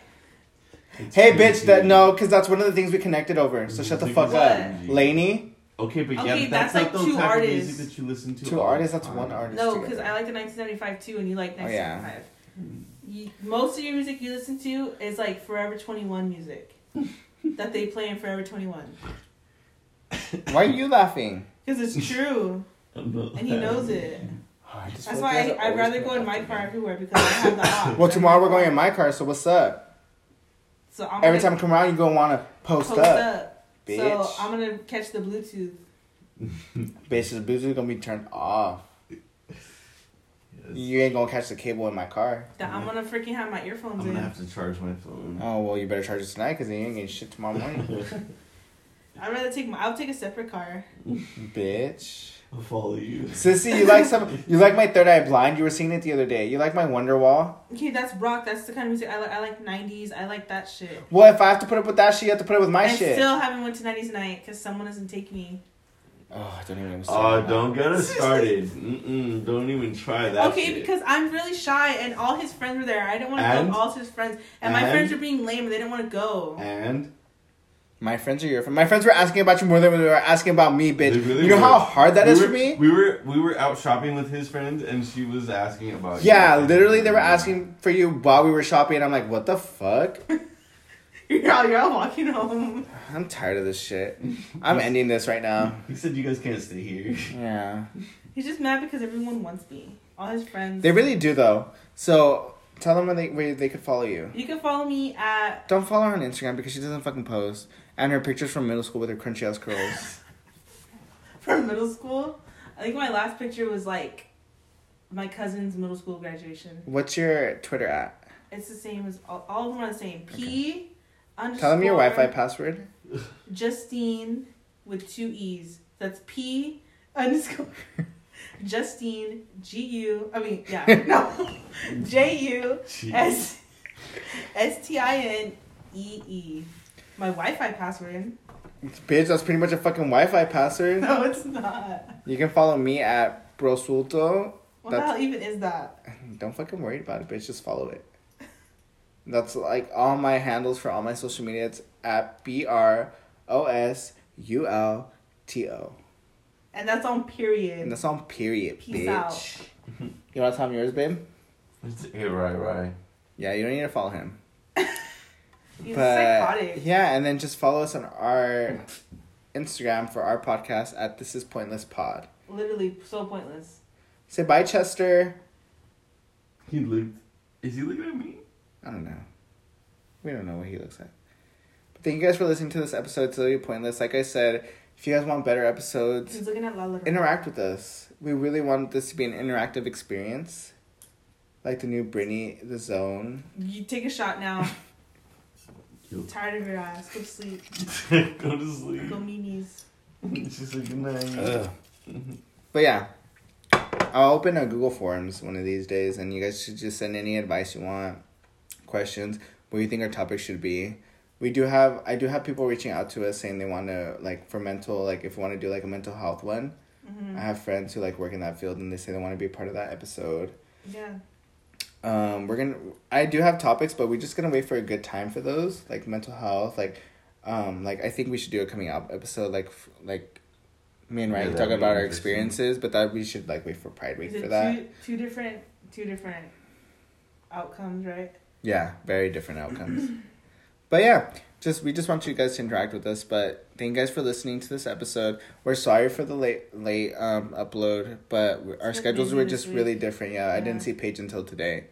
It's
Hey,
crazy.
bitch, that no, because that's one of the things we connected over. So
It's
shut the
crazy.
fuck up.
What?
Laney,
Okay, but yeah,
Okay,
but
that's
that's, not
like
the
two
type of
artists.
music that you listen to.
Two
all the
artists, that's
time.
one artist.
No,
together.
because I like the 1975 too, and you like
Oh, yeah.
1975. You- most of your music you listen to is like Forever 21 music that they play in Forever 21
Why are you laughing?
because it's true
I'm not
and he knows it.
Oh, I just
That's
feel like you
why
guys are
I, I'd
always
rather
gonna
go in
laugh
my
at
car
me.
everywhere because I have that off.
Well, tomorrow we're going in my car, so what's up?
So I'm
Every time
gonna
I come around, you're gonna wanna post,
post
up.
up.
Bitch.
So I'm gonna catch the Bluetooth.
Bitch, the Bluetooth gonna be turned off.
It's-
You ain't gonna catch the cable in my car.
That I'm gonna freaking have my
I'm
earphones in.
gonna have to charge my phone.
Oh well, you better charge it tonight because you ain't getting shit tomorrow morning,
I'd rather take my. I'll take a separate car.
bitch.
I'll follow you.
Sissy, you like some? You like my Third Eye Blind? You were singing it the other day. You like my Wonderwall?
Okay, that's rock. That's the kind of music I like. I like '90s. I like that shit.
Well, if I have to put up with that shit, you have to put up with my
I
shit.
still haven't went to '90s night because someone doesn't take me.
Oh, I don't even.
Oh, don't get us started. Mm-mm, don't even try that.
okay,
shit.
because I'm really shy and all his friends were there. I didn't want to go
And?
with all his friends, and, my
And?
friends were being lame and they didn't want to go.
and
My friends are your friends. My friends were asking about you more than they were asking about me, bitch.
They really
you know
were.
how hard that
we
is
were,
for me.
We were we were out shopping with his friend, and she was asking about.
yeah,
you.
literally, they were asking for you while we were shopping, and I'm like, what the fuck?
You're all you're all walking home.
I'm tired of this shit. I'm ending this right now.
He said you guys can't stay here.
Yeah.
He's just mad because everyone wants me. All his friends.
They really do though. So tell them where they where they could follow you.
You can follow me at.
Don't follow her on Instagram because she doesn't fucking post. And her pictures from middle school with her crunchy ass curls.
from middle school. I think my last picture was like my cousin's middle school graduation.
What's your Twitter at?
It's the same as all, all of them are the same. P underscore.
Tell them your Wi Fi password.
Justine with two e's. That's P underscore. Justine G U. I mean, yeah, no, J U S S T I N E E. My Wi-Fi password.
Bitch, that's pretty much a fucking Wi Fi password.
No, it's not.
You can follow me at Brosulto.
What
That's-
the hell even is that?
Don't fucking worry about it, bitch. Just follow it. That's like all my handles for all my social media. It's at B R O S U L T O.
And that's on period.
And that's on period,
Peace
bitch.
out.
You want to tell him yours, babe?
It's- Hey, right, right.
Yeah, you don't need to follow him.
He's
but
psychotic.
yeah, and then just follow us on our Instagram for our podcast at This Is Pointless Pod.
Literally so pointless.
Say bye, Chester.
He looked. Is he looking at me?
I don't know. We don't know what he looks like. But thank you guys for listening to this episode. It's literally pointless. Like I said, if you guys want better episodes,
He's looking at Lala.
interact with us. We really want this to be an interactive experience. Like the new Britney, The Zone.
You take a shot now.
Yo.
Tired of your ass. Go to sleep.
Go to sleep.
Go meanies.
She said good night.
But yeah, I'll open a Google Forms one of these days, and you guys should just send any advice you want, questions, what you think our topic should be. We do have I do have people reaching out to us saying they want to like for mental like if we want to do like a mental health one.
Mm-hmm.
hmm
I have friends who like work in that field and they say they want to be part of that episode.
Yeah.
Um, we're gonna I do have topics, but we're just gonna wait for a good time for those like mental health like, um like I think we should do a coming out episode like f- like. Me and
Yeah,
Ryan
that'd
talk
be
about our
interesting.
experiences, but that we should like wait for Pride Week
Is
for
it
that.
two, two different two different outcomes, right?
Yeah, very different outcomes. but yeah, just we just want you guys to interact with us. But thank you guys for listening to this episode. We're sorry for the late late um upload, but we- our
It's been
schedules
busy
were
this
just
week.
really different. Yeah, I
Yeah.
didn't see Paige until today,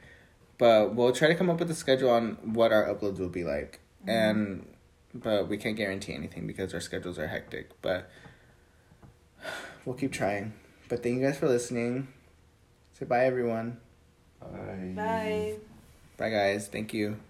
but we'll try to come up with a schedule on what our uploads will be like,
Mm-hmm.
and but we can't guarantee anything because our schedules are hectic. But we'll keep trying. But thank you guys for listening. Say bye, everyone.
Bye.
Bye.
Bye, guys. Thank you.